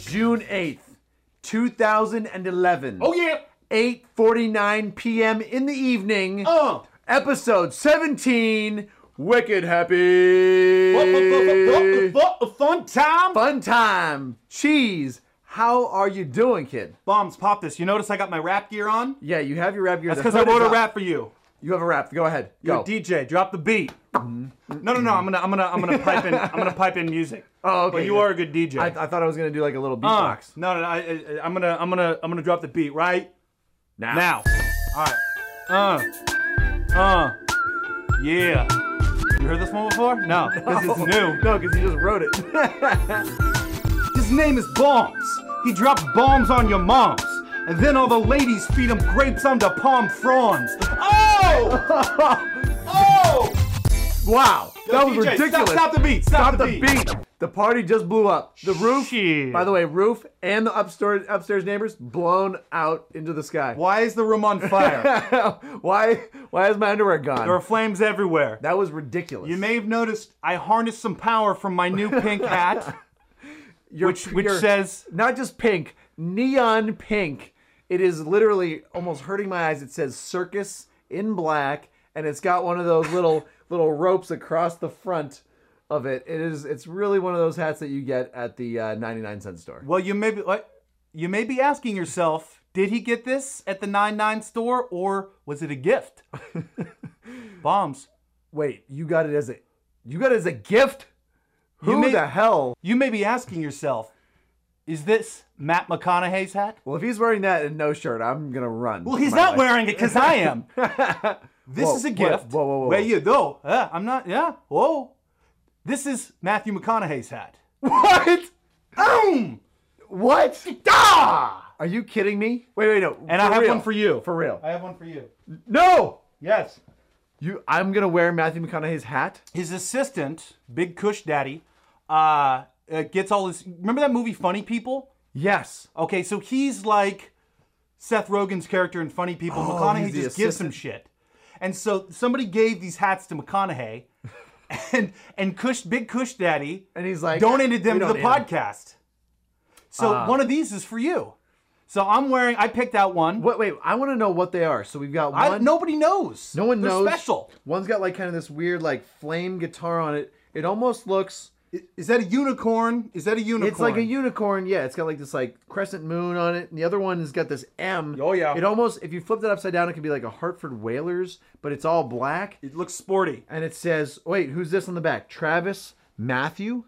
June 8th, 2011. Oh yeah. 8:49 p.m. in the evening. Uh. Episode 17, Wicked uh, Happy. Fun time. Fun time. Cheese. How are you doing, kid? Bombs pop this. You notice I got my rap gear on? Yeah, you have your rap. Your That's because I wrote a rap for you. You have a rap. Go ahead. Yo, Go. Mm-hmm. DJ, drop the beat. No, no, no. I'm gonna, I'm gonna, I'm gonna pipe in. I'm gonna pipe in music. Oh, okay. But you are a good DJ. I, I thought I was gonna do like a little Uh, beatbox. no, no, no. I, I, I'm gonna, I'm gonna, I'm gonna drop the beat right Now. now. All right. Uh. Uh. Yeah. You heard this one before? No. This is new. No, because you just wrote it. His name is Bombs. He drops bombs on your moms. And then all the ladies feed him grapes under palm fronds. Oh! Oh! wow. That was DJ, stop- ridiculous. stop the beat, stop the the beat. The party just blew up. The roof, Shit. by the way, roof and the upstairs upstairs neighbors blown out into the sky. Why is the room on fire? why why is my underwear gone? there are flames everywhere. that was ridiculous. You may have noticed I harnessed some power from my new pink hat, Your- which, which your- says, not just pink, neon pink. It is literally almost hurting my eyes. It says circus in black, and it's got one of those little little ropes across the front of it. It is it's really one of those hats that you get at the uh, 99 cent store. well, you may be, like, you may be asking yourself, did he get this at the 99 store or was it a gift? Bombs. Wait, you got it as a you got it as a gift? Who may- the hell? You may be asking yourself, is this Matt McConaughey's hat? Well, if he's wearing that and no shirt, I'm gonna run. Well, he's not wearing it because I am. wearing. This Whoa, is a whoa, gift. whoa, whoa, whoa, Wait, whoa. you no, uh, I'm not. Yeah, whoa. This is Matthew McConaughey's hat. what? Boom! What? Ah! Are you kidding me? Wait, wait, no. And I have one for you. For real. I have one for you. No. Yes. You, I'm gonna wear Matthew McConaughey's hat. His assistant, Big Cush Daddy, uh, uh, gets all his. Remember that movie, Funny People? Yes. Okay, so he's like Seth Rogen's character in Funny People. McConaughey Oh, he's the just gives him shit. And so somebody gave these hats to McConaughey, and and Kush, Big Kush Daddy And he's like, donated them "We to don't the need 'em." Ah. podcast. So one of these is for you. So I'm wearing. I picked out one. Wait, wait. I want to know what they are. So we've got one. I, nobody knows. no one They're knows. Special. One's got like kind of this weird like flame guitar on it. It almost looks. Is that a unicorn? Is that a unicorn? It's like a unicorn. Yeah, it's got like this like crescent moon on it, and the other one has got this M. Oh, yeah. It almost, if you flipped it upside down, it could be like a Hartford Whalers, but it's all black. It looks sporty. and it says, "Wait, who's this on the back? Travis Matthew,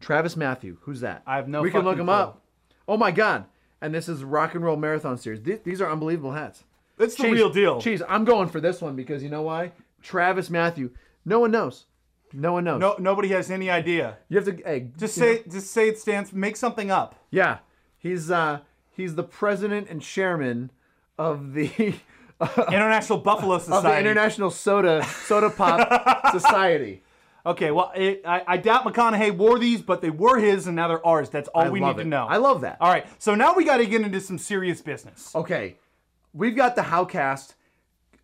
Travis Matthew. Who's that? I have no We can look fucking him clue. up. Oh my god! And this is Rock and Roll Marathon Series. Th- these are unbelievable hats. It's the real deal. Cheese. I'm going for this one because you know why? Travis Matthew. No one knows. No one knows. No, nobody has any idea. You have to hey, Just you know- say, just say it stands. Make something up. yeah. He's uh he's the president and chairman of the International Buffalo of the Society. International Soda Soda Pop Society. Okay, well, it, I, I doubt McConaughey wore these, but they were his, and now they're ours. That's all we love need it. to know. I love that. All right, so now we got to get into some serious business. Okay, we've got the Howcast,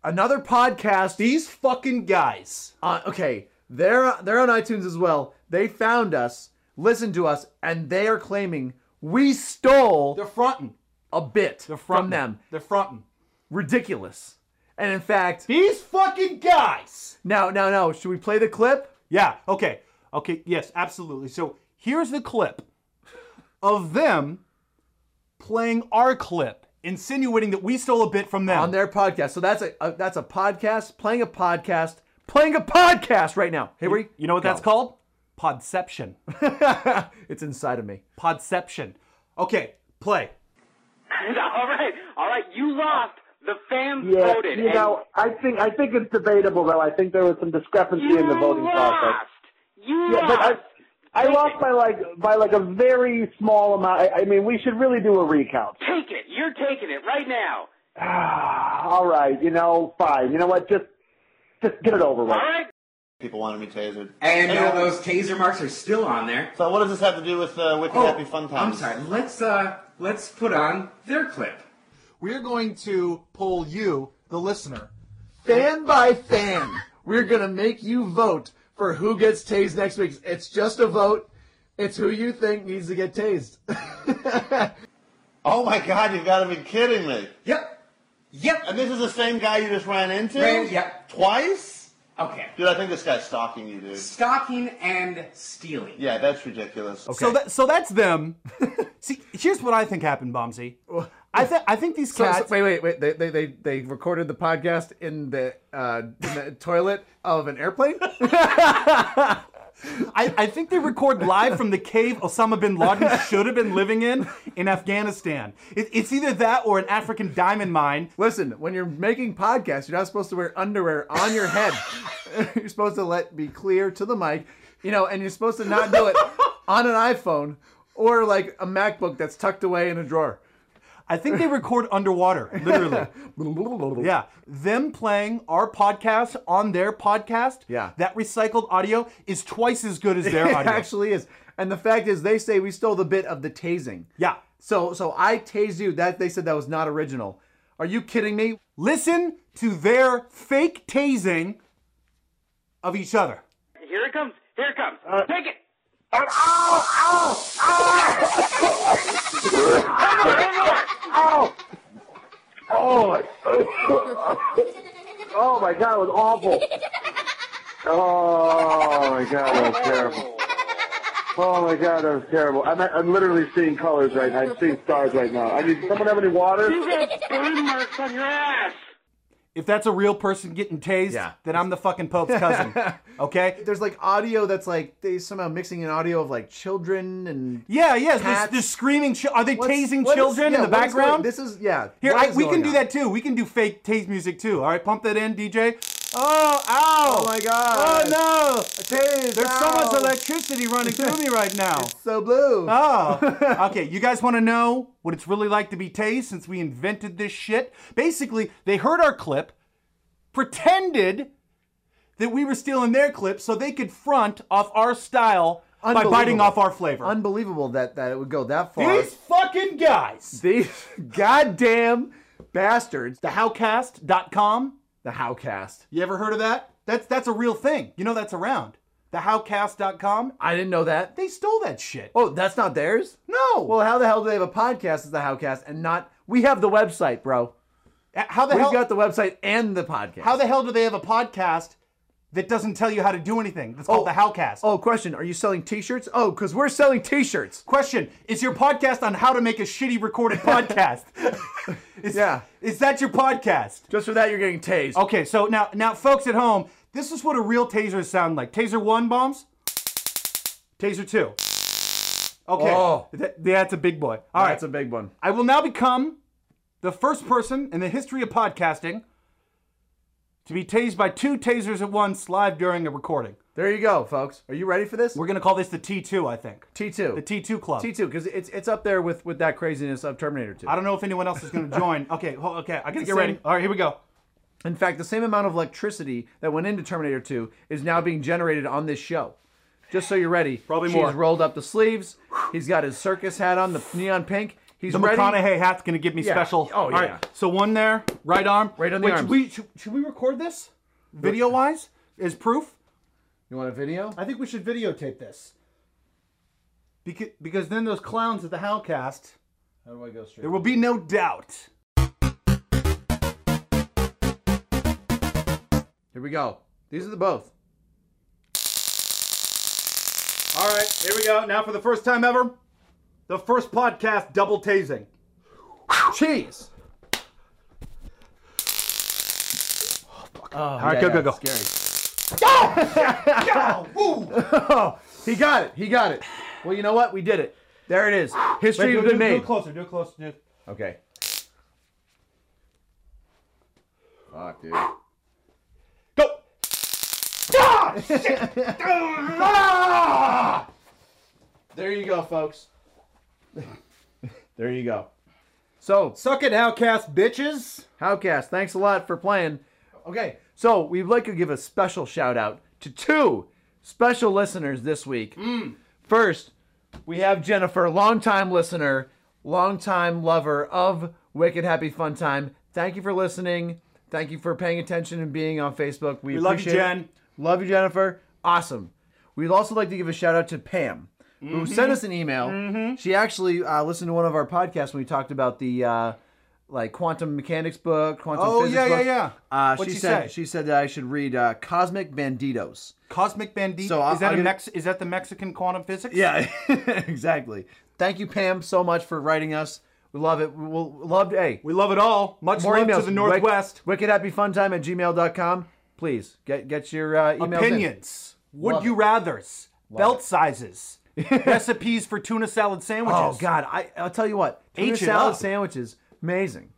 another podcast. These fucking guys. Uh, okay, they're they're on iTunes as well. They found us, listened to us, and they are claiming we stole They're fronting. a bit They're fronting. from them. They're fronting. Ridiculous. And in fact, These fucking guys. now now now, should we play the clip? Yeah. Okay. Okay. Yes. Absolutely. So here's the clip of them playing our clip, insinuating that we stole a bit from them. on their podcast. So that's a, a that's a podcast playing a podcast playing a podcast right now. Hey, we you know what that's called? Podception. it's inside of me. Podception. Okay. Play. all right, all right. You lost. The fans Yeah, voted. you know, I think I think it's debatable though. I think there was some discrepancy and you in the voting lost. process. You Yeah, but lost. I, I lost by like by like a very small amount. I, I mean, we should really do a recount. Take it. You're taking it right now. All right, you know, fine. You know what? Just just get it over with. All right. people wanted me tasered. And uh, those taser marks are still on there. So what does this have to do with uh, Wicked Happy Fun Times? Oh, I'm sorry. Let's uh, let's put on their clip. We're going to poll you, the listener. fan by fan, we're gonna make you vote for who gets tased next week. It's just a vote. It's who you think needs to get tased. Oh my god, you've got to be kidding me. Yep. Yep. And this is the same guy you just ran into? Ran- yep. Twice? Okay. Dude, I think this guy's stalking you, dude. Stalking and stealing. Yeah, that's ridiculous. So that so that's them. See, here's what I think happened, Bombsy. I think I think these So- so- cats. wait, wait, wait. They, they, they, they recorded the podcast in the, uh, in the toilet of an airplane? I, I think they record live from the cave Osama bin Laden should have been living in in Afghanistan. It, it's either that or an African diamond mine. Listen, when you're making podcasts, you're not supposed to wear underwear on your head. you're supposed to let be clear to the mic, you know, and you're supposed to not do it on an iPhone or like a MacBook that's tucked away in a drawer. I think they record underwater, literally. Yeah, them playing our podcast on their podcast. Yeah. that recycled audio is twice as good as their it audio. actually is. And the fact is, they say we stole the bit of the tasing. yeah. So, so I tased you. That they said that was not original. Are you kidding me? Listen to their fake tasing of each other. Here it comes. Here it comes. Uh, Take it. Oh, my- oh my god, it was awful. Oh my god, that was terrible. Oh my god, that was terrible. I'm, I'm literally seeing colors right now. I'm seeing stars right now. I mean, someone have any water? You got burn marks on your ass. If that's a real person getting tased, Yeah. then I'm the fucking Pope's cousin. Okay? There's like audio that's like they somehow mixing in audio of like children and Yeah, yes. There's, Cats. there's screaming. Chi- are they What's- tasing what is- children yeah, in the what is going- background? this is yeah. Here, what I, is we can going do on? that too. We can do fake tase music too. All right, pump that in, DJ. Oh, ow. Oh my god. Oh, no. Tase, There's ow. so much electricity running through me right now. So blue. Oh, okay. You guys want to know what it's really like to be tased since we invented this shit? Basically, they heard our clip, pretended that we were stealing their clip so they could front off our style by biting Unbelievable. off our flavor. Unbelievable that that it would go that far. These fucking guys. These goddamn bastards. The howcast.com. The Howcast. You ever heard of that? That's that's a real thing. You know that's around. The howcast.com. I didn't know that. They stole that shit. Oh, that's not theirs. no. Well, how the hell do they have a podcast as the Howcast and not? We have the website, bro. how the We've hell got the website and the podcast. how the hell do they have a podcast that doesn't tell you how to do anything? That's called the howcast. Oh, question. Are you selling T-shirts? Oh, because we're selling T-shirts. Question: Is your podcast on how to make a shitty recorded podcast? is, Yeah. Is that your podcast? Just for that, you're getting tased. Okay, so now, now, folks at home, this is what a real taser sound like. Taser one bombs. Taser two. Okay. Oh. Th- yeah, that's a big boy. All right. that's a big one. I will now become the first person in the history of podcasting to be tased by two tasers at once live during a recording. There you go, folks. Are you ready for this? We're gonna call this the T2, I think. T two. The T2 club. T two, because it's it's up there with with that craziness of Terminator two. I don't know if anyone else is gonna join. Okay, ho- okay, I gotta get same- ready. All right, here we go. In fact, the same amount of electricity that went into Terminator 2 is now being generated on this show. Just so you're ready. Probably She's more. rolled up the sleeves. He's got his circus hat on, the neon pink. He's The ready. McConaughey hat's gonna give me Yeah. special. Oh, All yeah. right, so one there, right arm. Right on the Wait, arms. Should we, should, should we record this video wise as proof? You want a video? I think we should videotape this. Because, because then those clowns at the Howcast, How do I go straight? there will be no doubt. Here we go. These are the both. All right, here we go. Now for the first time ever, the first podcast double tasing. Cheese. Oh, All right, go, go, go. Scary. He got it. He got it. Well, you know what? We did it. There it is. History has been made. closer, do it closer, dude. Okay. Fuck, dude. Go! Ah, There you go, folks. there you go. So, Suck it, Howcast bitches. Howcast, thanks a lot for playing. Okay, so we'd like to give a special shout out to two special listeners this week. Mm. First, we have Jennifer, longtime listener, longtime lover of Wicked Happy Fun Time. Thank you for listening. Thank you for paying attention and being on Facebook. We, We love you, appreciate it. Jen. Love you, Jennifer. Awesome. We'd also like to give a shout out to Pam, who Mm-hmm. sent us an email. She actually uh, listened to one of our podcasts when we talked about the uh, like quantum mechanics book, quantum Oh, physics yeah, yeah, book. yeah. Uh, What'd she she said say? she said that I should read uh, Cosmic Banditos. Cosmic Bandito. So I'll- is that I'll a get- Mex- is that the Mexican quantum physics? Yeah, exactly. Thank you, Pam, so much for writing us. We love it. We'll love hey. We love it all. Much More love emails to the Northwest. Wick- wickedhappyfuntime at gmail.com. Please get get your uh, emails. in. Opinions. Would Love you it. rather's? belt sizes. recipes for tuna salad sandwiches. Oh God, I I'll tell you what, tuna H it salad up. sandwiches, amazing.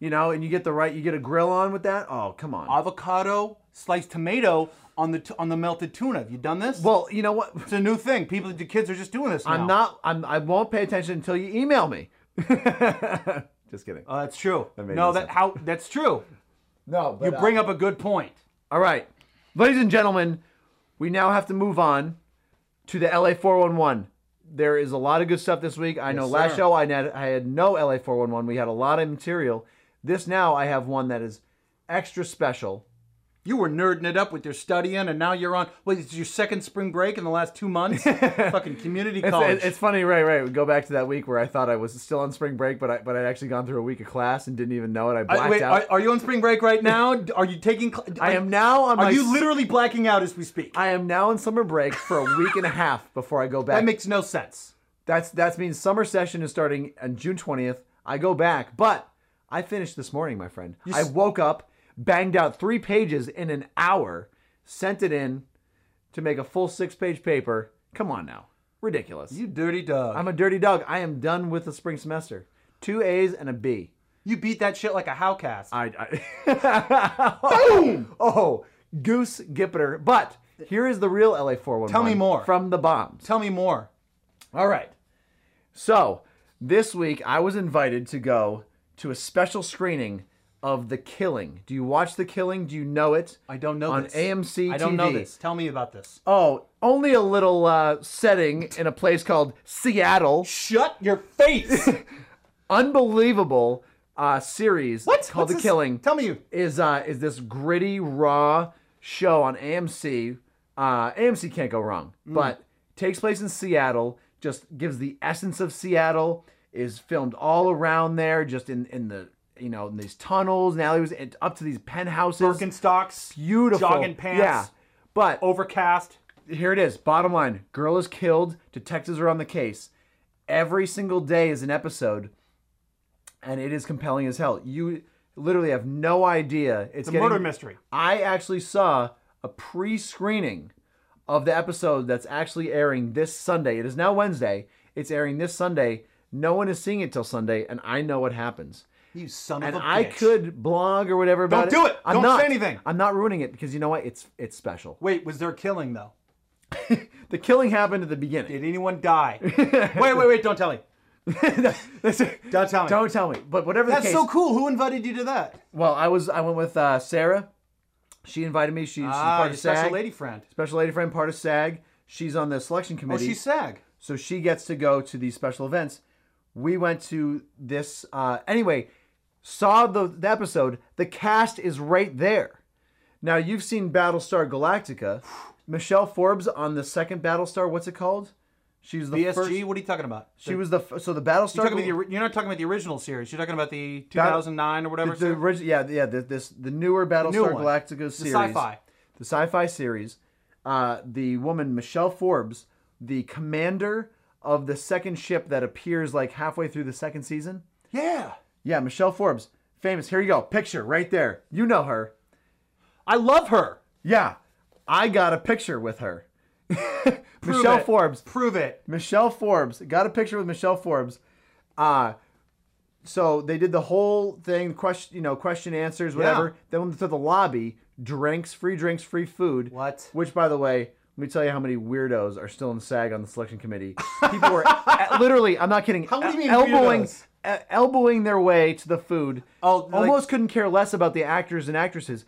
You know, and you get the right, you get a grill on with that. Oh come on. Avocado, sliced tomato on the t- on the melted tuna. Have you done this? well, you know what? it's a new thing. People, the kids are just doing this. now. I'm not. I'm. I won't pay attention until you email me. Just kidding. Uh, that's true. made no, no that sense. how that's true. no, You bring up a good point. All right, ladies and gentlemen, we now have to move on to the LA 411. There is a lot of good stuff this week. I know last show I had I had no LA 411. We had a lot of material. This now I have one that is extra special. You were nerding it up with your studying, and now you're on. Wait, it's your second spring break in the last two months. Fucking community It's, college. it- it's funny, right? Right. We go back to that week where I thought I was still on spring break, but I but I'd actually gone through a week of class and didn't even know it. I blacked I, Uh, wait, out. are, are you on spring break right now? D- Are you taking? Cl- I am now on Are my you s- literally blacking out as we speak? I am now in summer break for a week and a half before I go back. that makes no sense. That's that means summer session is starting on June twentieth. I go back, but I finished this morning, my friend. I woke up, banged out three pages in an hour, sent it in to make a full six-page paper. Come on now, ridiculous. You dirty dog. I'm a dirty dog. I am done with the spring semester. Two A's and a B. you beat that shit like a howcast. I, I boom. Oh, goose gipper. But here is the real LA 411. Tell me more. from the bombs. Tell me more. All right. So this week I was invited to go to a special screening of The Killing. Do you watch The Killing? Do you know it? I don't know on this. AMC. I don't know TV. this. Tell me about this. Oh, only a little uh, setting in a place called Seattle. Shut your face. Unbelievable uh, series What? called What's The this? Killing. Tell me you. is uh is this gritty raw show on AMC. Uh, AMC can't go wrong, Mm. but takes place in Seattle. Just gives the essence of Seattle. Is filmed all around there, just in in the you know in these tunnels and alleyways, and up to these penthouses. Birkenstocks. Beautiful Jogging pants. Oh. Yeah, but Overcast. here it is. Bottom line: girl is killed. Detectives are on the case. Every single day is an episode, and it is compelling as hell. You literally have no idea. It's The getting- murder mystery. I actually saw a pre-screening of the episode that's actually airing this Sunday. It is now Wednesday. It's airing this Sunday. No one is seeing it till Sunday, and I know what happens. You son And of a I bitch. could blog or whatever about Don't do it. I'm Don't not- say anything. I'm not ruining it because you know what? It's it's special. Wait, was there a killing though? The killing happened at the beginning. Did anyone die? wait, wait, wait! Don't tell me. Don't tell me. Don't tell me. But whatever That's the case, so cool. Who invited you to that? well, I was I went with uh, Sarah. She invited me. She, she's Ah, part your of SAG. special lady friend. Special lady friend, part of SAG. She's on the selection Oh, committee. she's SAG. so she gets to go to these special events. We went to this uh, anyway. Saw the, the episode. The cast is right there. Now you've seen Battlestar Galactica. Michelle Forbes on the second Battlestar. What's it called? She was the BSG. first. What are you talking about? She was the f- so the Battlestar. You're, talking Gal- about the, you're not talking about the original series. You're talking about the 2009 or whatever. The, the series? origi- yeah, yeah, the, this the newer Battlestar new one. Galactica The series, sci-fi. the sci-fi series. Uh, the woman Michelle Forbes, the commander of the second ship that appears like halfway through the second season. yeah. Yeah, Michelle Forbes, famous. Here you go, picture right there. You know her. I love her. Yeah, I got a picture with her. Michelle it. Forbes. Prove it. Michelle Forbes got a picture with Michelle Forbes. Uh so they did the whole thing, question, you know, question answers, whatever. Then went to the lobby, drinks, free drinks, free food. What? Which, by the way, let me tell you how many weirdos are still in SAG on the selection committee. People were uh, literally, I'm not kidding, do you uh, mean elbowing, weirdos? uh, elbowing their way to the food. Oh, like- almost couldn't care less about the actors and actresses.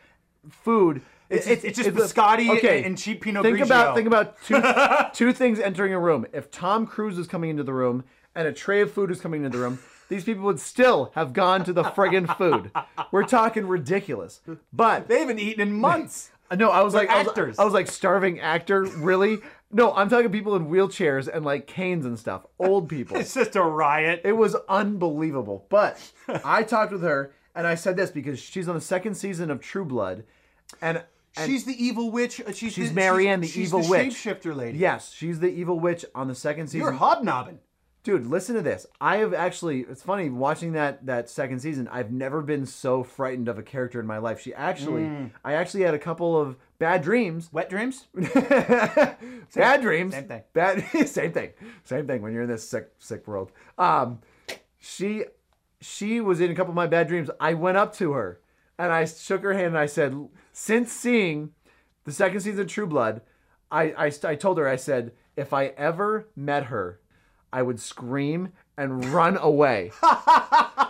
Food. It's- it- it's just biscotti and- and cheap Pinot Think Grigio. about think about two two things entering a room. If Tom Cruise was coming into the room and a tray of food was coming into the room, these people would still have gone to the friggin' food. We're talking ridiculous. But They haven't eaten in months. No, I was They're like I was- actors. I was, like starving actor. Really? No, I'm talking people in wheelchairs and like canes and stuff. Old people. It's just a riot. It was unbelievable. But I talked with her and I said this because she's on the second season of True Blood, and, and she's the evil witch. uh, She's, She's the, Marianne, the she's, she's evil the witch. shapeshifter lady. yes, she's the evil witch on the second season. you're hobnobbing. Dude, listen to this. I have actually it's funny watching that that second season. I've never been so frightened of a character in my life. She actually I actually had a couple of bad dreams. Wet dreams. bad dreams. same thing. Bad same thing. Same thing when you're in this sick sick world. Um she she was in a couple of my bad dreams. I went up to her and I shook her hand and I said, "Since seeing the second season of True Blood, I I, st- I told her I said, if I ever met her, I would scream and run away." I,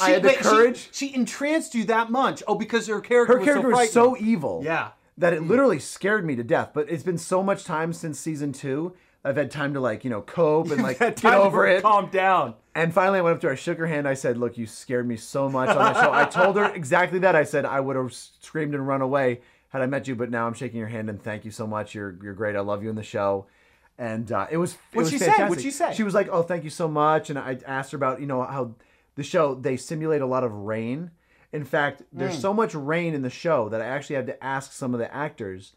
I had the wait, courage. She, she entranced you that much. Oh, because her character. her character was so, was so frightening. evil. Yeah. That Hmm. it literally scared me to death. But it's been so much time since season two. I've had time to like, you know, cope and like Had get time to over it. Calm down. And finally I went up to her, I shook her hand, I said, Look, you scared me so much on the show. I told her exactly that. I said I would have screamed and run away had I met you, but now I'm shaking your hand and thank you so much. You're you're great. I love you in the show. And uh, it was it What'd was she say? fantastic. What'd she say? She was like, "Oh, thank you so much." And I asked her about you know how the show they simulate a lot of rain. In fact, there's Mm. so much rain in the show that I actually had to ask some of the actors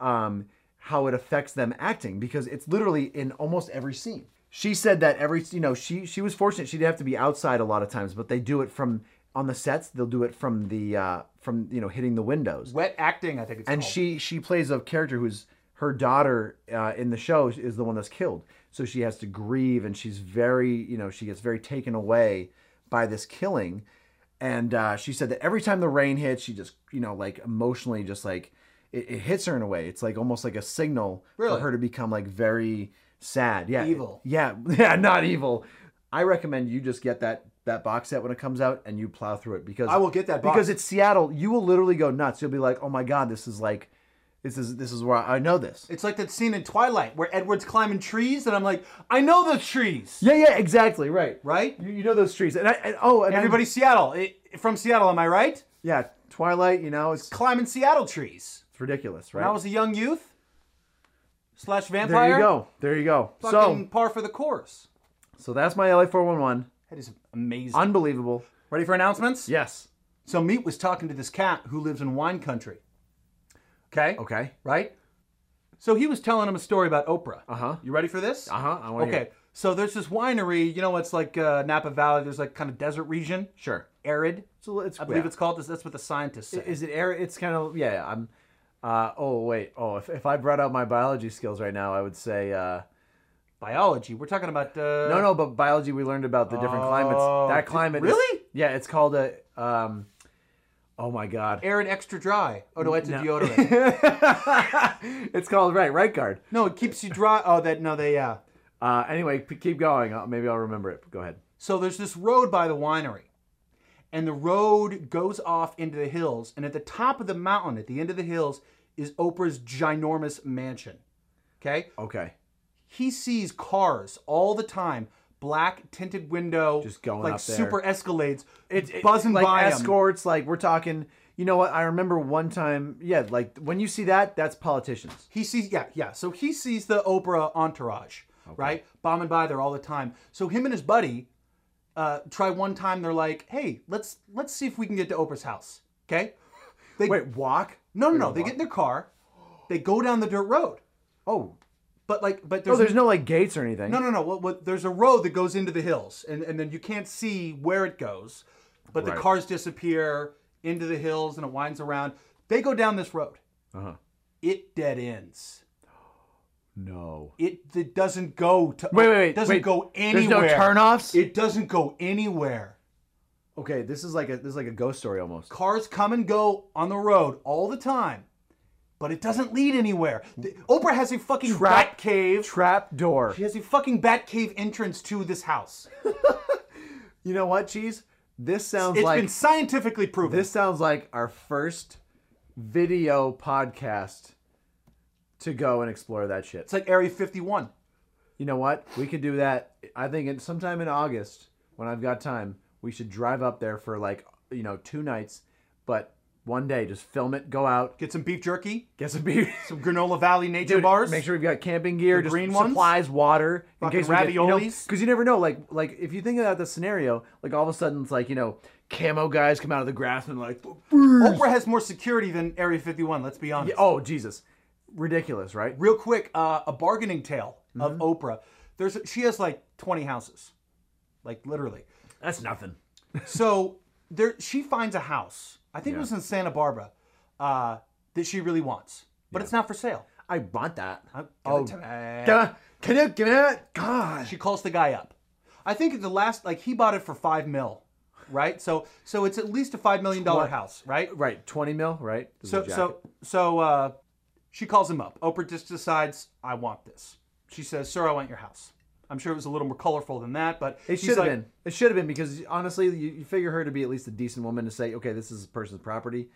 um, how it affects them acting because it's literally in almost every scene. She said that every you know she she was fortunate she didn't have to be outside a lot of times, but they do it from on the sets. They'll do it from the uh, from you know hitting the windows Wet acting. I think it's and called. she she plays a character who's her daughter uh, in the show is the one that's killed so she has to grieve and she's very you know she gets very taken away by this killing and uh, she said that every time the rain hits she just you know like emotionally just like it, it hits her in a way it's like almost like a signal Really? for her to become like very sad yeah Evil. yeah yeah not evil i recommend you just get that that box set when it comes out and you plow through it because I will get that box. because it's Seattle. You will literally go nuts. You'll be like, "Oh my god, this is like, this is this is where I, I know this." It's like that scene in Twilight where Edward's climbing trees, and I'm like, I know the trees, Yeah, yeah, exactly, right, right? You, you know those trees, and, I, and oh, and I- Everybody, Seattle, it, from Seattle, am I right? yeah, Twilight. You know, it's, Climbing Seattle trees. it's ridiculous, right? When I was a young youth slash there vampire, you go, there you go. Fucking So, par for the course. so that's my LA four one one. That is amazing. Unbelievable. Ready for announcements? Yes. So Meat was talking to this cat who lives in wine country. Okay. Okay. Right. So he was telling him a story about Oprah. Uh Uh-huh. You ready for this? Uh huh. I want Okay. So there's this winery. You know, it's like uh, Napa Valley. There's like kind of desert region, Sure. arid. So it's. I believe yeah. it's called. That's what the scientists say. Is it air? It's kind of yeah. yeah, I'm. Uh, oh wait. Oh, if, if I brought out my biology skills right now, I would say. Uh, biology. We're talking about. Uh, No, no, but biology we learned about the different climates. Oh. That climate is- Really? yeah, it's called a um Oh my god. Arid extra dry. Oh no, that's a No. deodorant. it's called right, right guard. no, it keeps you dry. Oh, that no, they uh. Uh anyway, p- keep going. i maybe I'll remember it. Go ahead. So there's this road by the winery, and the road goes off into the hills. And at the top of the mountain, at the end of the hills, is Oprah's ginormous mansion. Okay, Okay. he sees cars all the time, black tinted window, Just going like up there. super Escalades, it's It- buzzing like by 'em. escorts like we're talking you know what? I remember one time, yeah, like when you see that, that's politicians. He sees, yeah, yeah. So he sees the Oprah entourage, right? Bombing by there all the time. So him and his buddy uh, try one time. They're like, "Hey, let's let's see if we can get to Oprah's house." Okay. They, Wait, walk? no, no, no. They get in their car. They go down the dirt road, Oh, but like, but no, there's, there's no like gates or anything. no, no, no. What, what, there's a road that goes into the hills, and and then you can't see where it goes, but Right. the cars disappear into the hills, and it winds around. They go down this road. Uh-huh. It dead ends. No. It, it doesn't go to. Wait, wait, wait. Doesn't wait. go anywhere. There's no turnoffs? It doesn't go anywhere. okay, this is like a this is like a ghost story almost. Cars come and go on the road all the time, but it doesn't lead anywhere. The- Oprah has a fucking Trap- bat cave. Trap door. she has a fucking bat cave entrance to this house. You know what, cheese? This sounds It's like been scientifically proven. This sounds like our first video podcast to go and explore that shit. it's like Area 51. You know what? We could do that. I think in, sometime in August, when I've got time, we should drive up there for like you know two nights, but One day, just film it, go out, Get some beef jerky, get some beer. some Granola Valley nature bars. Make sure we've got camping gear, The just green ones? supplies, water, Fucking raviolis? Because you, never know, like like if you think about the scenario, like all of a sudden it's like you know, camo guys come out of the grass and like, Oprah has more security than Area 51. Let's be honest. Yeah, oh Jesus, ridiculous, right? Real quick, uh, a bargaining tale of Mm-hmm. Oprah. There's she has like 20 houses, like literally. That's nothing. So there, she finds a house. I think it was in Santa Barbara uh, that she really wants, but it's not for sale. I want that. oh, Can you give it? God. she calls the guy up. I think at the last, like he bought it for five mil, right? So so it's at least a five million dollar house, right? Right, twenty mil, right? This is So a so so uh, she calls him up. Oprah just decides I want this. She says, "Sir, I want your house." I'm sure it was a little more colorful than that, but It he's should have like, been. It should have been because honestly, you, you figure her to be at least a decent woman to say, okay, this is a person's property.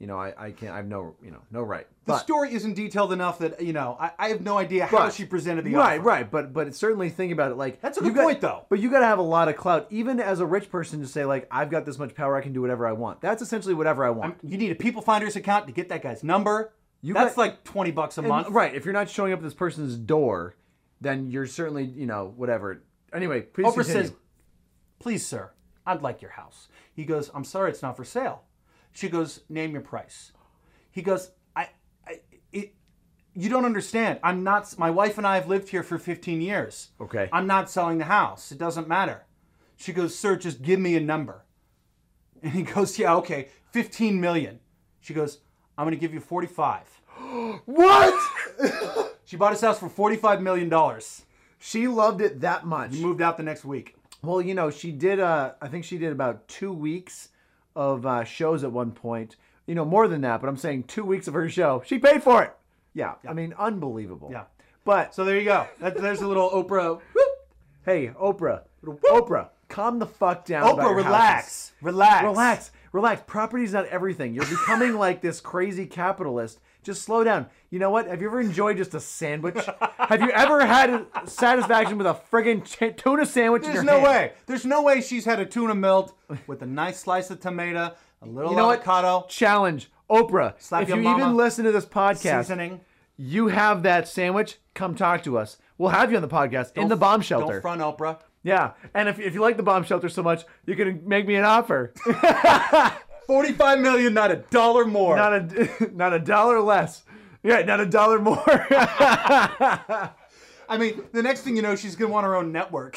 You know, I, I can't. I have no, you know, no right. The But- story isn't detailed enough that you know. I, I have no idea how But- she presented the right, offer. right. But but certainly think about it. Like That's a you good got- point, though. But you got to have a lot of clout, even as a rich person, to say like, I've got this much power, I can do whatever I want. That's essentially whatever I want. You need a People Finders account to get that guy's number. That's got- like twenty bucks a And- month. right. If you're not showing up at this person's door, then you're certainly, you know, whatever. Anyway, please Oprah continue. says, "Please, sir, I'd like your house." He goes, "I'm sorry, it's not for sale." She goes, "Name your price." He goes, "I, I it, you don't understand. I'm not. My wife and I have lived here for 15 years. Okay. I'm not selling the house. It doesn't matter." She goes, "Sir, just give me a number." And he goes, "Yeah, okay, 15 million." She goes, "I'm going to give you 45." what? She bought his house for 45 million dollars. She loved it that much. Moved out the next week. Well, you know, she did. Uh, I think she did about two weeks of uh, shows at one point. You know, more than that, but I'm saying two weeks of her show. She paid for it. Yeah, I mean, unbelievable. Yeah. But So there you go. That, there's a little Oprah. hey, Oprah, Oprah, calm the fuck down. about Oprah, your houses. relax, relax, relax, relax. Property's not everything. You're becoming like this crazy capitalist. Just slow down. You know what? Have you ever enjoyed just a sandwich? Have you ever had satisfaction with a friggin' ch- tuna sandwich? in There's your no hand? way. There's no way she's had a tuna melt with a nice slice of tomato, a little You know what? avocado, Challenge Oprah. Slap if your you mama. even listen to this podcast, seasoning. you have that sandwich. Come talk to us. We'll have you on the podcast in the bomb shelter. Don't front Oprah. yeah, and if, if you like the bomb shelter so much, you can make me an offer. Forty-five million, not a dollar more. not a not a dollar less. Yeah, not a dollar more. I mean, the next thing you know, she's gonna want her own network.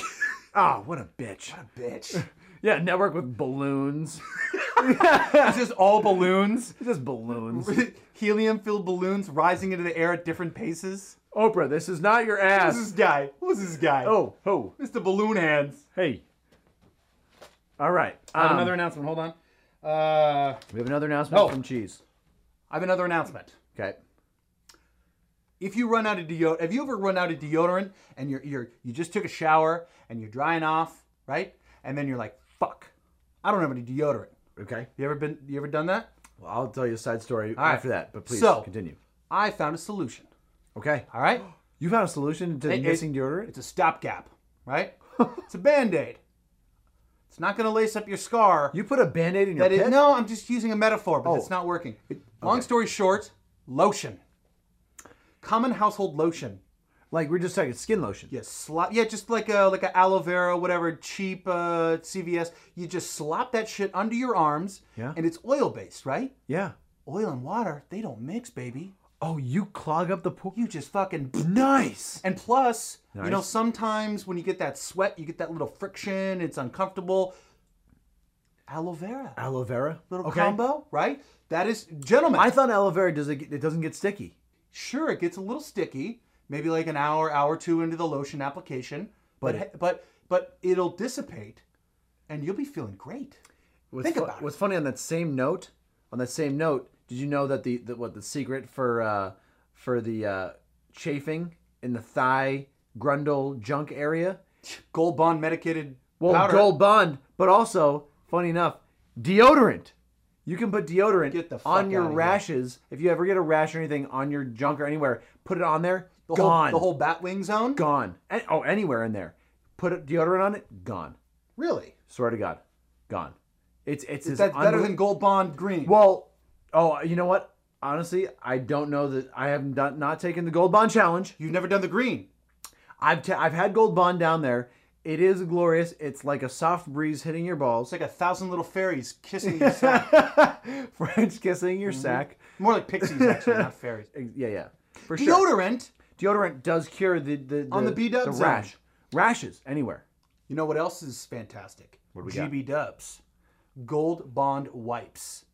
oh, what a bitch. Bitch. Yeah, network with balloons. It's just all balloons, Just balloons. helium-filled balloons rising into the air at different paces. Oprah, this is not your Who's this ass. guy? Who's this guy? Oh, oh, Mr. Balloon Hands. hey. All right. I have um, another announcement. Hold on. Uh, we have another announcement Oh. from Cheese. I have another announcement. Okay. if you run out of deodorant, have you ever run out of deodorant and you're, you're you just took a shower and you're drying off, right? And then you're like, fuck, I don't have any deodorant. Okay. You ever been? You ever done that? Well, I'll tell you a side story right. after that, but please So- continue. I found a solution. Okay. All right, You found a solution to It- it- missing deodorant? it's a stopgap, right? it's a band aid. It's not going to lace up your scar. you put a band aid in your That is, pit? no, I'm just using a metaphor, but Oh. it's not working. Long story short, lotion. Common household lotion. Like, we're just talking skin lotion. You slop, yeah, just like a like a aloe vera, whatever cheap uh, CVS. You just slop that shit under your arms, Yeah. and it's oil based, right? Yeah. Oil and water, they don't mix, baby. Oh, you clog up the pool? You just fucking. nice. And plus, you know, Nice. sometimes when you get that sweat, you get that little friction. It's uncomfortable. Aloe vera, Aloe vera? little combo, right? That is, gentlemen. I thought aloe vera does it, get- it doesn't get sticky. sure it gets a little sticky maybe like an hour hour or two into the lotion application but but but, it'll dissipate and you'll be feeling great What's Think fu- about it. What's funny on that same note, on that same note, did you know that the, the what the secret for uh, for the uh, chafing in the thigh grundle junk area? gold bond medicated Well, powder. Gold Bond, but also, funny enough, deodorant. You can put deodorant Get the fuck on your outta here. rashes. If you ever get a rash or anything on your junk or anywhere, put it on there. the whole, gone. the whole bat wing zone gone. An- oh, anywhere in there. Put a deodorant on it. Gone. really Swear to God, gone. It's it's this that's better unbe- than gold bond green Well, Oh, you know what? Honestly, I don't know that I have not, not taken the gold bond challenge. You've never done the green. I've ta- I've had gold bond down there. It is glorious. It's like a soft breeze hitting your balls, It's like a thousand little fairies kissing your sack. French kissing your sack. More like pixies, actually, not fairies. Yeah, yeah, for sure. Deodorant. Deodorant does cure the the, the On the B-dub the zone. rash, rashes anywhere. You know what else is fantastic? What do we got? GB Dubs, Gold Bond wipes.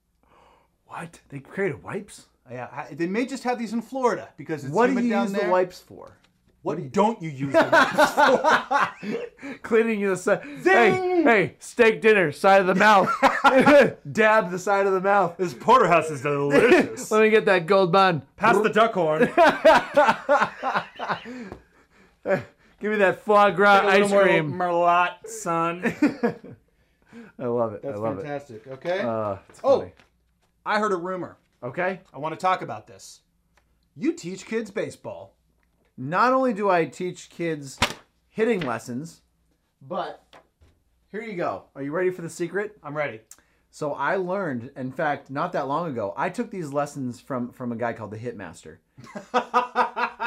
What they created wipes? Yeah, ha- they may just have these in Florida because it's What do humid you down use there. the wipes for? What don't you use? The wipes? Cleaning you the side. Hey, hey, steak dinner, side of the mouth. Dab the side of the mouth. this porterhouse is delicious. Let me get that gold bond. Pass the duck horn. Give me that foie gras ice cream. Merlot, son. I love it. I love Fantastic. Okay. it. Uh, it's Oh. funny. I heard a rumor. Okay. I want to talk about this. You teach kids baseball. Not only do I teach kids hitting lessons, but here you go. Are you ready for the secret? I'm ready. So I learned, in fact, not that long ago, I took these lessons from from a guy called the Hitmaster.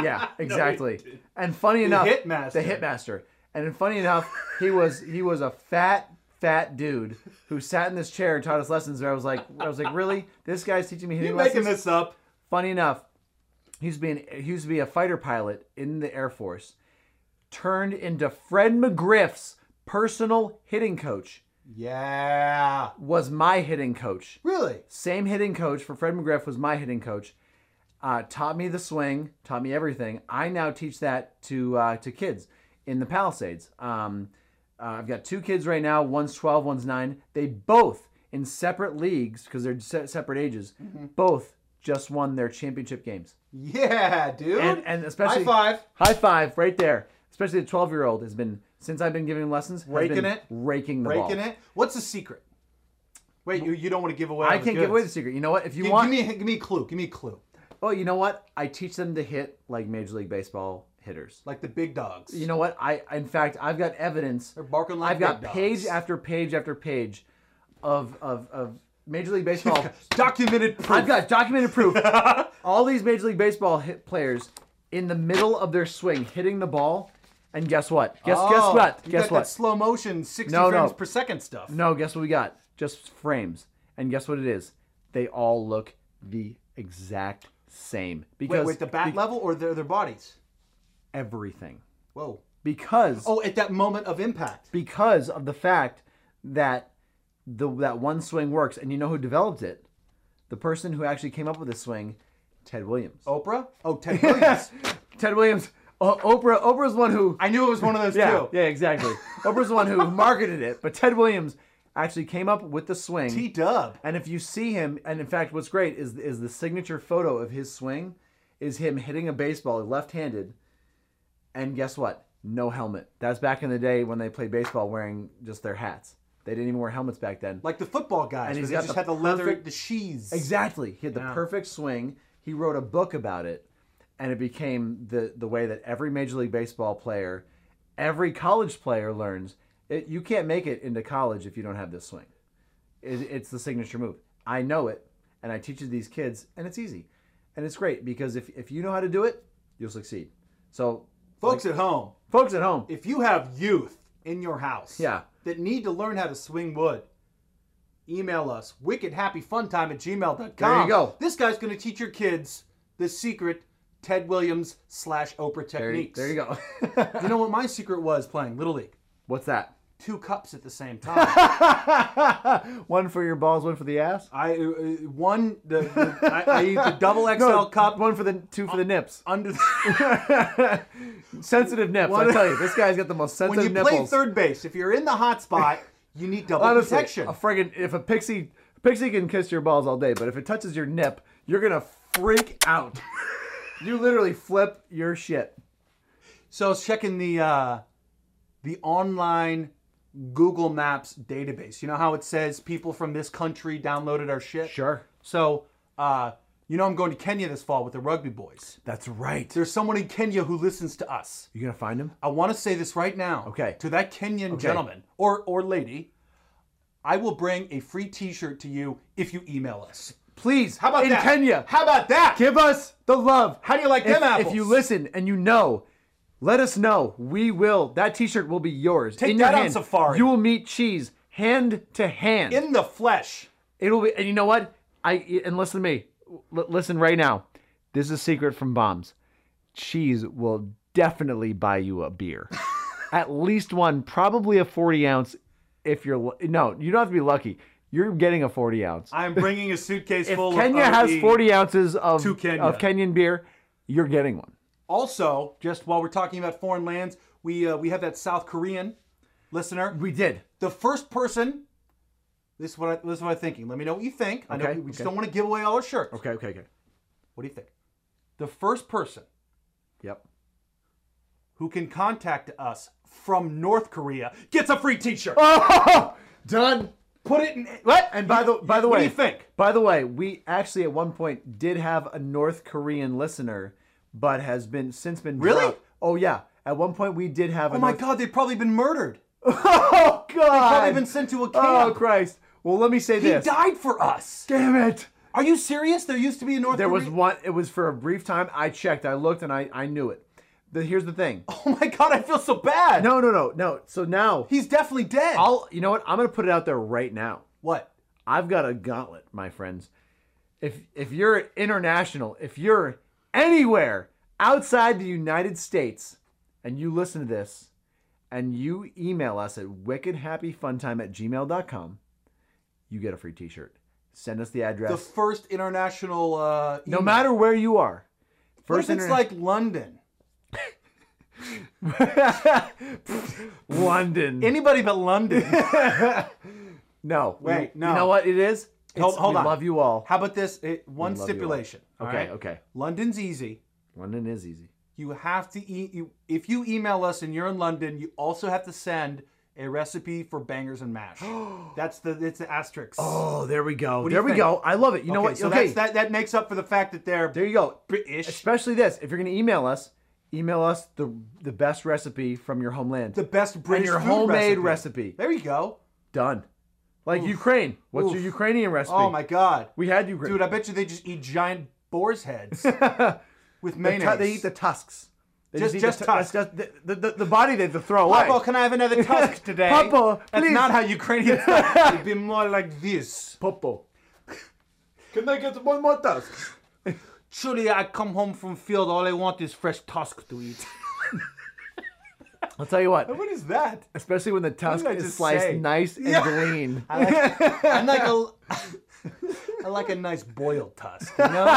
yeah, exactly. and funny enough, Hitmaster. the Hitmaster. And funny enough, he was he was a fat fat dude who sat in this chair and taught us lessons. Where I was like, I was like, really? This guy's teaching me hitting You're lessons. making this up. Funny enough, he was being he used to be a fighter pilot in the Air Force, turned into Fred McGriff's personal hitting coach. Yeah. Was my hitting coach Really? same hitting coach for Fred McGriff was my hitting coach. Uh, taught me the swing, taught me everything. I now teach that to uh, to kids in the Palisades. Um, uh, I've got two kids right now. One's 12, one's nine. They both in separate leagues because they're se- separate ages. Mm-hmm. Both just won their championship games. Yeah, dude. And, and especially High five. high five right there. Especially the 12 year old has been since I've been giving lessons has Raking been it. raking the breaking ball. it. What's the secret? Wait, you, you don't want to give away. all I the can't give away the goods. secret. You know what? If you Gi- want, Give me, give me a clue. Give me a clue. Oh, you know what? I teach them to hit like Major League Baseball hitters. Like the big dogs. You know what? I in fact I've got evidence. They're barking like I've got big dogs. page after page after page of of, of Major League Baseball. documented proof. I've got documented proof. All these Major League Baseball hit players in the middle of their swing hitting the ball, and guess what? Guess guess Oh, what? you Guess got what? That slow motion, sixty No, no. frames per second stuff. No, guess what we got? Just frames. And guess what it is? They all look the exact same Wait, because wait, the bat be- level or their their bodies? everything. Whoa. Because Oh, at that moment of impact. because of the fact that the that one swing works and you know who developed it the person who actually came up with the swing ted williams Oprah? Oh, Ted Williams. ted williams O oprah oprah's the one who I knew it was one of those yeah two. yeah exactly oprah's the one who marketed it but ted williams actually came up with the swing T Dub. and if you see him and in fact what's great is is the signature photo of his swing is him hitting a baseball left-handed and guess what no helmet that's back in the day when they played baseball wearing just their hats they didn't even wear helmets back then Like the football guys. And And he's they got just the had the leather, perfect- the sheaths. Exactly. He had the perfect swing. He wrote a book about it, and it became the the way that every major league baseball player, every college player learns. It, you can't make it into college if you don't have this swing. It, it's the signature move. I know it, and I teach it to these kids, and it's easy, and it's great because if if you know how to do it, you'll succeed. So, Folks at home, folks at home, if you have youth in your house Yeah. that need to learn how to swing wood, email us wickedhappyfuntime at gmail.com. There you go. This guy's going to teach your kids the secret Ted Williams slash Oprah there, you- techniques. there you go. You know what my secret was playing Little League? What's that? Two cups at the same time. One for your balls, one for the ass. I uh, uh, one the, the I, I eat the double XL No, cup one for the two for the nips. under the sensitive nips. I tell you, this guy's got the most when you sensitive play nipples. third base, if you're in the hot spot, you need double Honestly, protection. a friggin' if a pixie pixie can kiss your balls all day, but if it touches your nip, you're gonna freak out. you literally flip your shit. So I was checking the uh, the online Google Maps database. You know how it says people from this country downloaded our shit. Sure. So uh, you know I'm going to Kenya this fall with the Rugby Boys. That's right. There's someone in Kenya who listens to us. You gonna find him? I want to say this right now. Okay. To that Kenyan gentleman or or lady, I will bring a free T-shirt to you if you email us. Please, How about in that? Kenya, How about that? give us the love. How do you like if, them apples? If you listen and you know, let us know. We will. That T-shirt will be yours. Take in that your on hand. safari. You will meet cheese hand to hand. in the flesh. It'll be, and you know what? I and listen to me. L- listen right now. This is a secret from Bombs. Cheese will definitely buy you a beer, at least one, probably a forty ounce. If you're lu- no, you don't have to be lucky. You're getting a forty ounce. I'm bringing a suitcase If full of Kenya OE. has forty ounces of To Kenya. of Kenyan beer, you're getting one. Also, just while we're talking about foreign lands, we uh, we have that South Korean listener. We did. the first person. This is what I, this is what I'm thinking. Let me know what you think. I know Okay, we just okay. don't want to give away all our shirts. Okay. Okay. Okay. What do you think? The first person Yep. who can contact us from North Korea gets a free T-shirt. Oh, done. Put it in what? And by the by the what way, do you think? By the way, we actually at one point did have a North Korean listener, but has been since been Really? dropped. Oh yeah, at one point we did have. Oh a my North- God, they've probably been murdered. Oh god! Probably been sent to a Oh camp. Christ! Well, let me say he this. died for us. Damn it! Are you serious? There used to be a North There was Korea. one. It was for a brief time. I checked. I looked, and I I knew it. The, here's the thing. Oh my God, I feel so bad. No, no, no, no. So now he's definitely dead. I'll. You know what? I'm gonna put it out there right now. what? I've got a gauntlet, my friends. If if you're international, if you're anywhere outside the United States and you listen to this and you email us at wickedhappyfuntime at gmail.com, you get a free t shirt. Send us the address. The first international. Uh, no email. matter where you are. What if it's interna- like London? London. Anybody but London. no. we- Wait, no. You know what it is? Hold- It's- hold we on. love you all. How about this? It, one love you all. stipulation. all okay, right? okay. London's easy. London is easy. You have to e- you, if you email us and you're in London, you also have to send a recipe for bangers and mash. That's the it's the asterisk. Oh, there we go. do you There we think? go. I love it. You know okay, what? So okay. that's, that that makes up for the fact that they're There you go. British. Especially this. If you're going to email us, email us the the best recipe from your homeland. The best and British your food homemade recipe. recipe. There you go. Done. Like Ukraine. What's your Oof. Ukrainian recipe? Oh my god, We had Ukraine. dude! I bet you they just eat giant boar's heads with The tu- mayonnaise. they eat the tusks. They Just- eat just the, tu- tusks. that's just- the, the, the body they have to throw away. Papa, can I have another tusk today? Papa, That's please. not how Ukrainians. It'd be more like this. Popo. Can I get one more tusk? Surely I come home from field, all I want is fresh tusk to eat. I'll tell you what. what is that? Especially when the tusk did I is just sliced say? nice and Yeah. lean. I like, I like a, I like a nice boiled tusk. You know?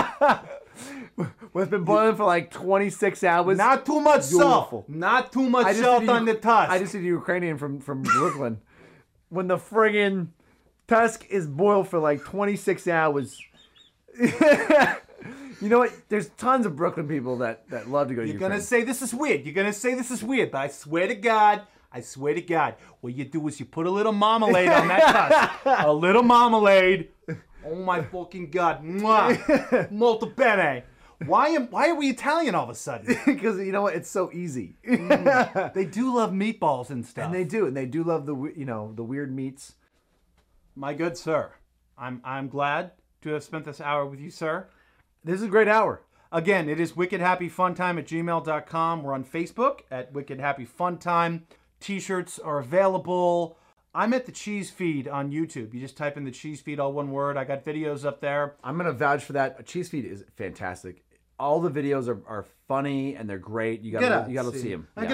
Well, it's been boiling for like 26 hours. Not too much Beautiful. salt. Not too much I just salt did a- on the tusk. I just did a Ukrainian from from Brooklyn. when the friggin' tusk is boiled for like 26 hours. you know what? There's tons of Brooklyn people that that love to go to You're Ukraine. gonna say this is weird. You're gonna say this is weird, but I swear to God, I swear to God, what you do is you put a little marmalade on that tusk. A little marmalade. Oh my fucking god. Mwah. Molto bene. Why am why are we Italian all of a sudden? because you know what? It's so easy. Mm. They do love meatballs and stuff. and they do, and they do love the we- you know the weird meats. My good sir, I'm I'm glad to have spent this hour with you, sir. This is a great hour. Again, it is wickedhappyfuntime at gmail.com. We're on Facebook at Wicked Happy Fun Time. T shirts are available. I'm at the Cheese Feed on YouTube. You just type in the Cheese Feed, all one word. I got videos up there. I'm gonna vouch for that. Cheese feed is fantastic. All the videos are, are funny and they're great. You gotta Grazie. you gotta see them. Ah,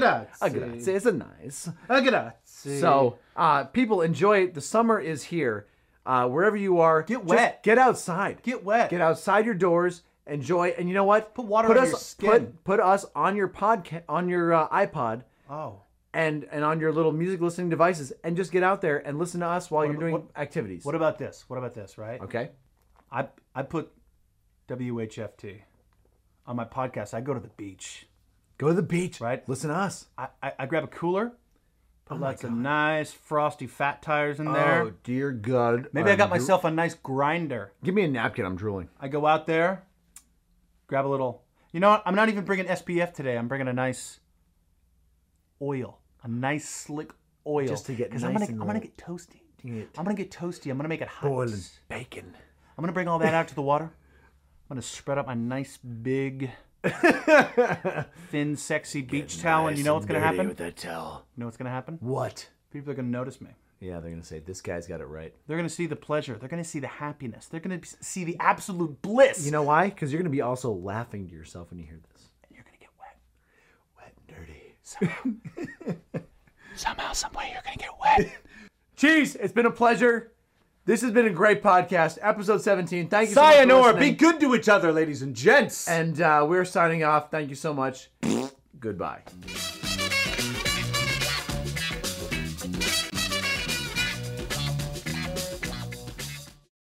grazie. grazie. It's a nice. Grazie. So, uh, people, enjoy it. The summer is here. Uh, wherever you are, Get just wet. Get outside. Get wet. Get outside your doors. Enjoy. And you know what? Put water put on us, your skin. Put, put us on your podcast, on your uh, iPod, Oh. and and on your little music listening devices, and just get out there and listen to us while you're doing what- activities. What about this? What about this, right? okay. I, I put WHFT on my podcast. I go to the beach. Go to the beach. Right. Listen to us. I, I, I grab a cooler, put lots of nice frosty fat tires in there. Oh dear God. Maybe i I'm got dro- myself a nice grinder. Give me a napkin. I'm drooling. I go out there, grab a little. You know what? I'm not even bringing SPF today. I'm bringing a nice oil, a nice slick oil, Just to get I'm nice gonna and I'm gonna little- get toasty. I'm gonna get toasty. I'm gonna make it hot. bacon. I'm I'm gonna bring all that out to the water. I'm gonna spread out my nice big, thin, sexy beach towel, and you know what's gonna happen? You that towel. know what's gonna happen? What? People are gonna notice me. Yeah, they're gonna say this guy's got it right. They're gonna see the pleasure. They're gonna see the happiness. They're gonna see the absolute bliss. You know why? Because you're gonna be also laughing to yourself when you hear this. you're gonna get wet. Wet nerdy. Somehow, some way, you're gonna get wet. Cheese, it's been a pleasure. This has been a great podcast, episode 17. Thank you so much for Sayonara. Be listening. good to each other, ladies and gents. And uh, we're signing off. Thank you so much. Goodbye.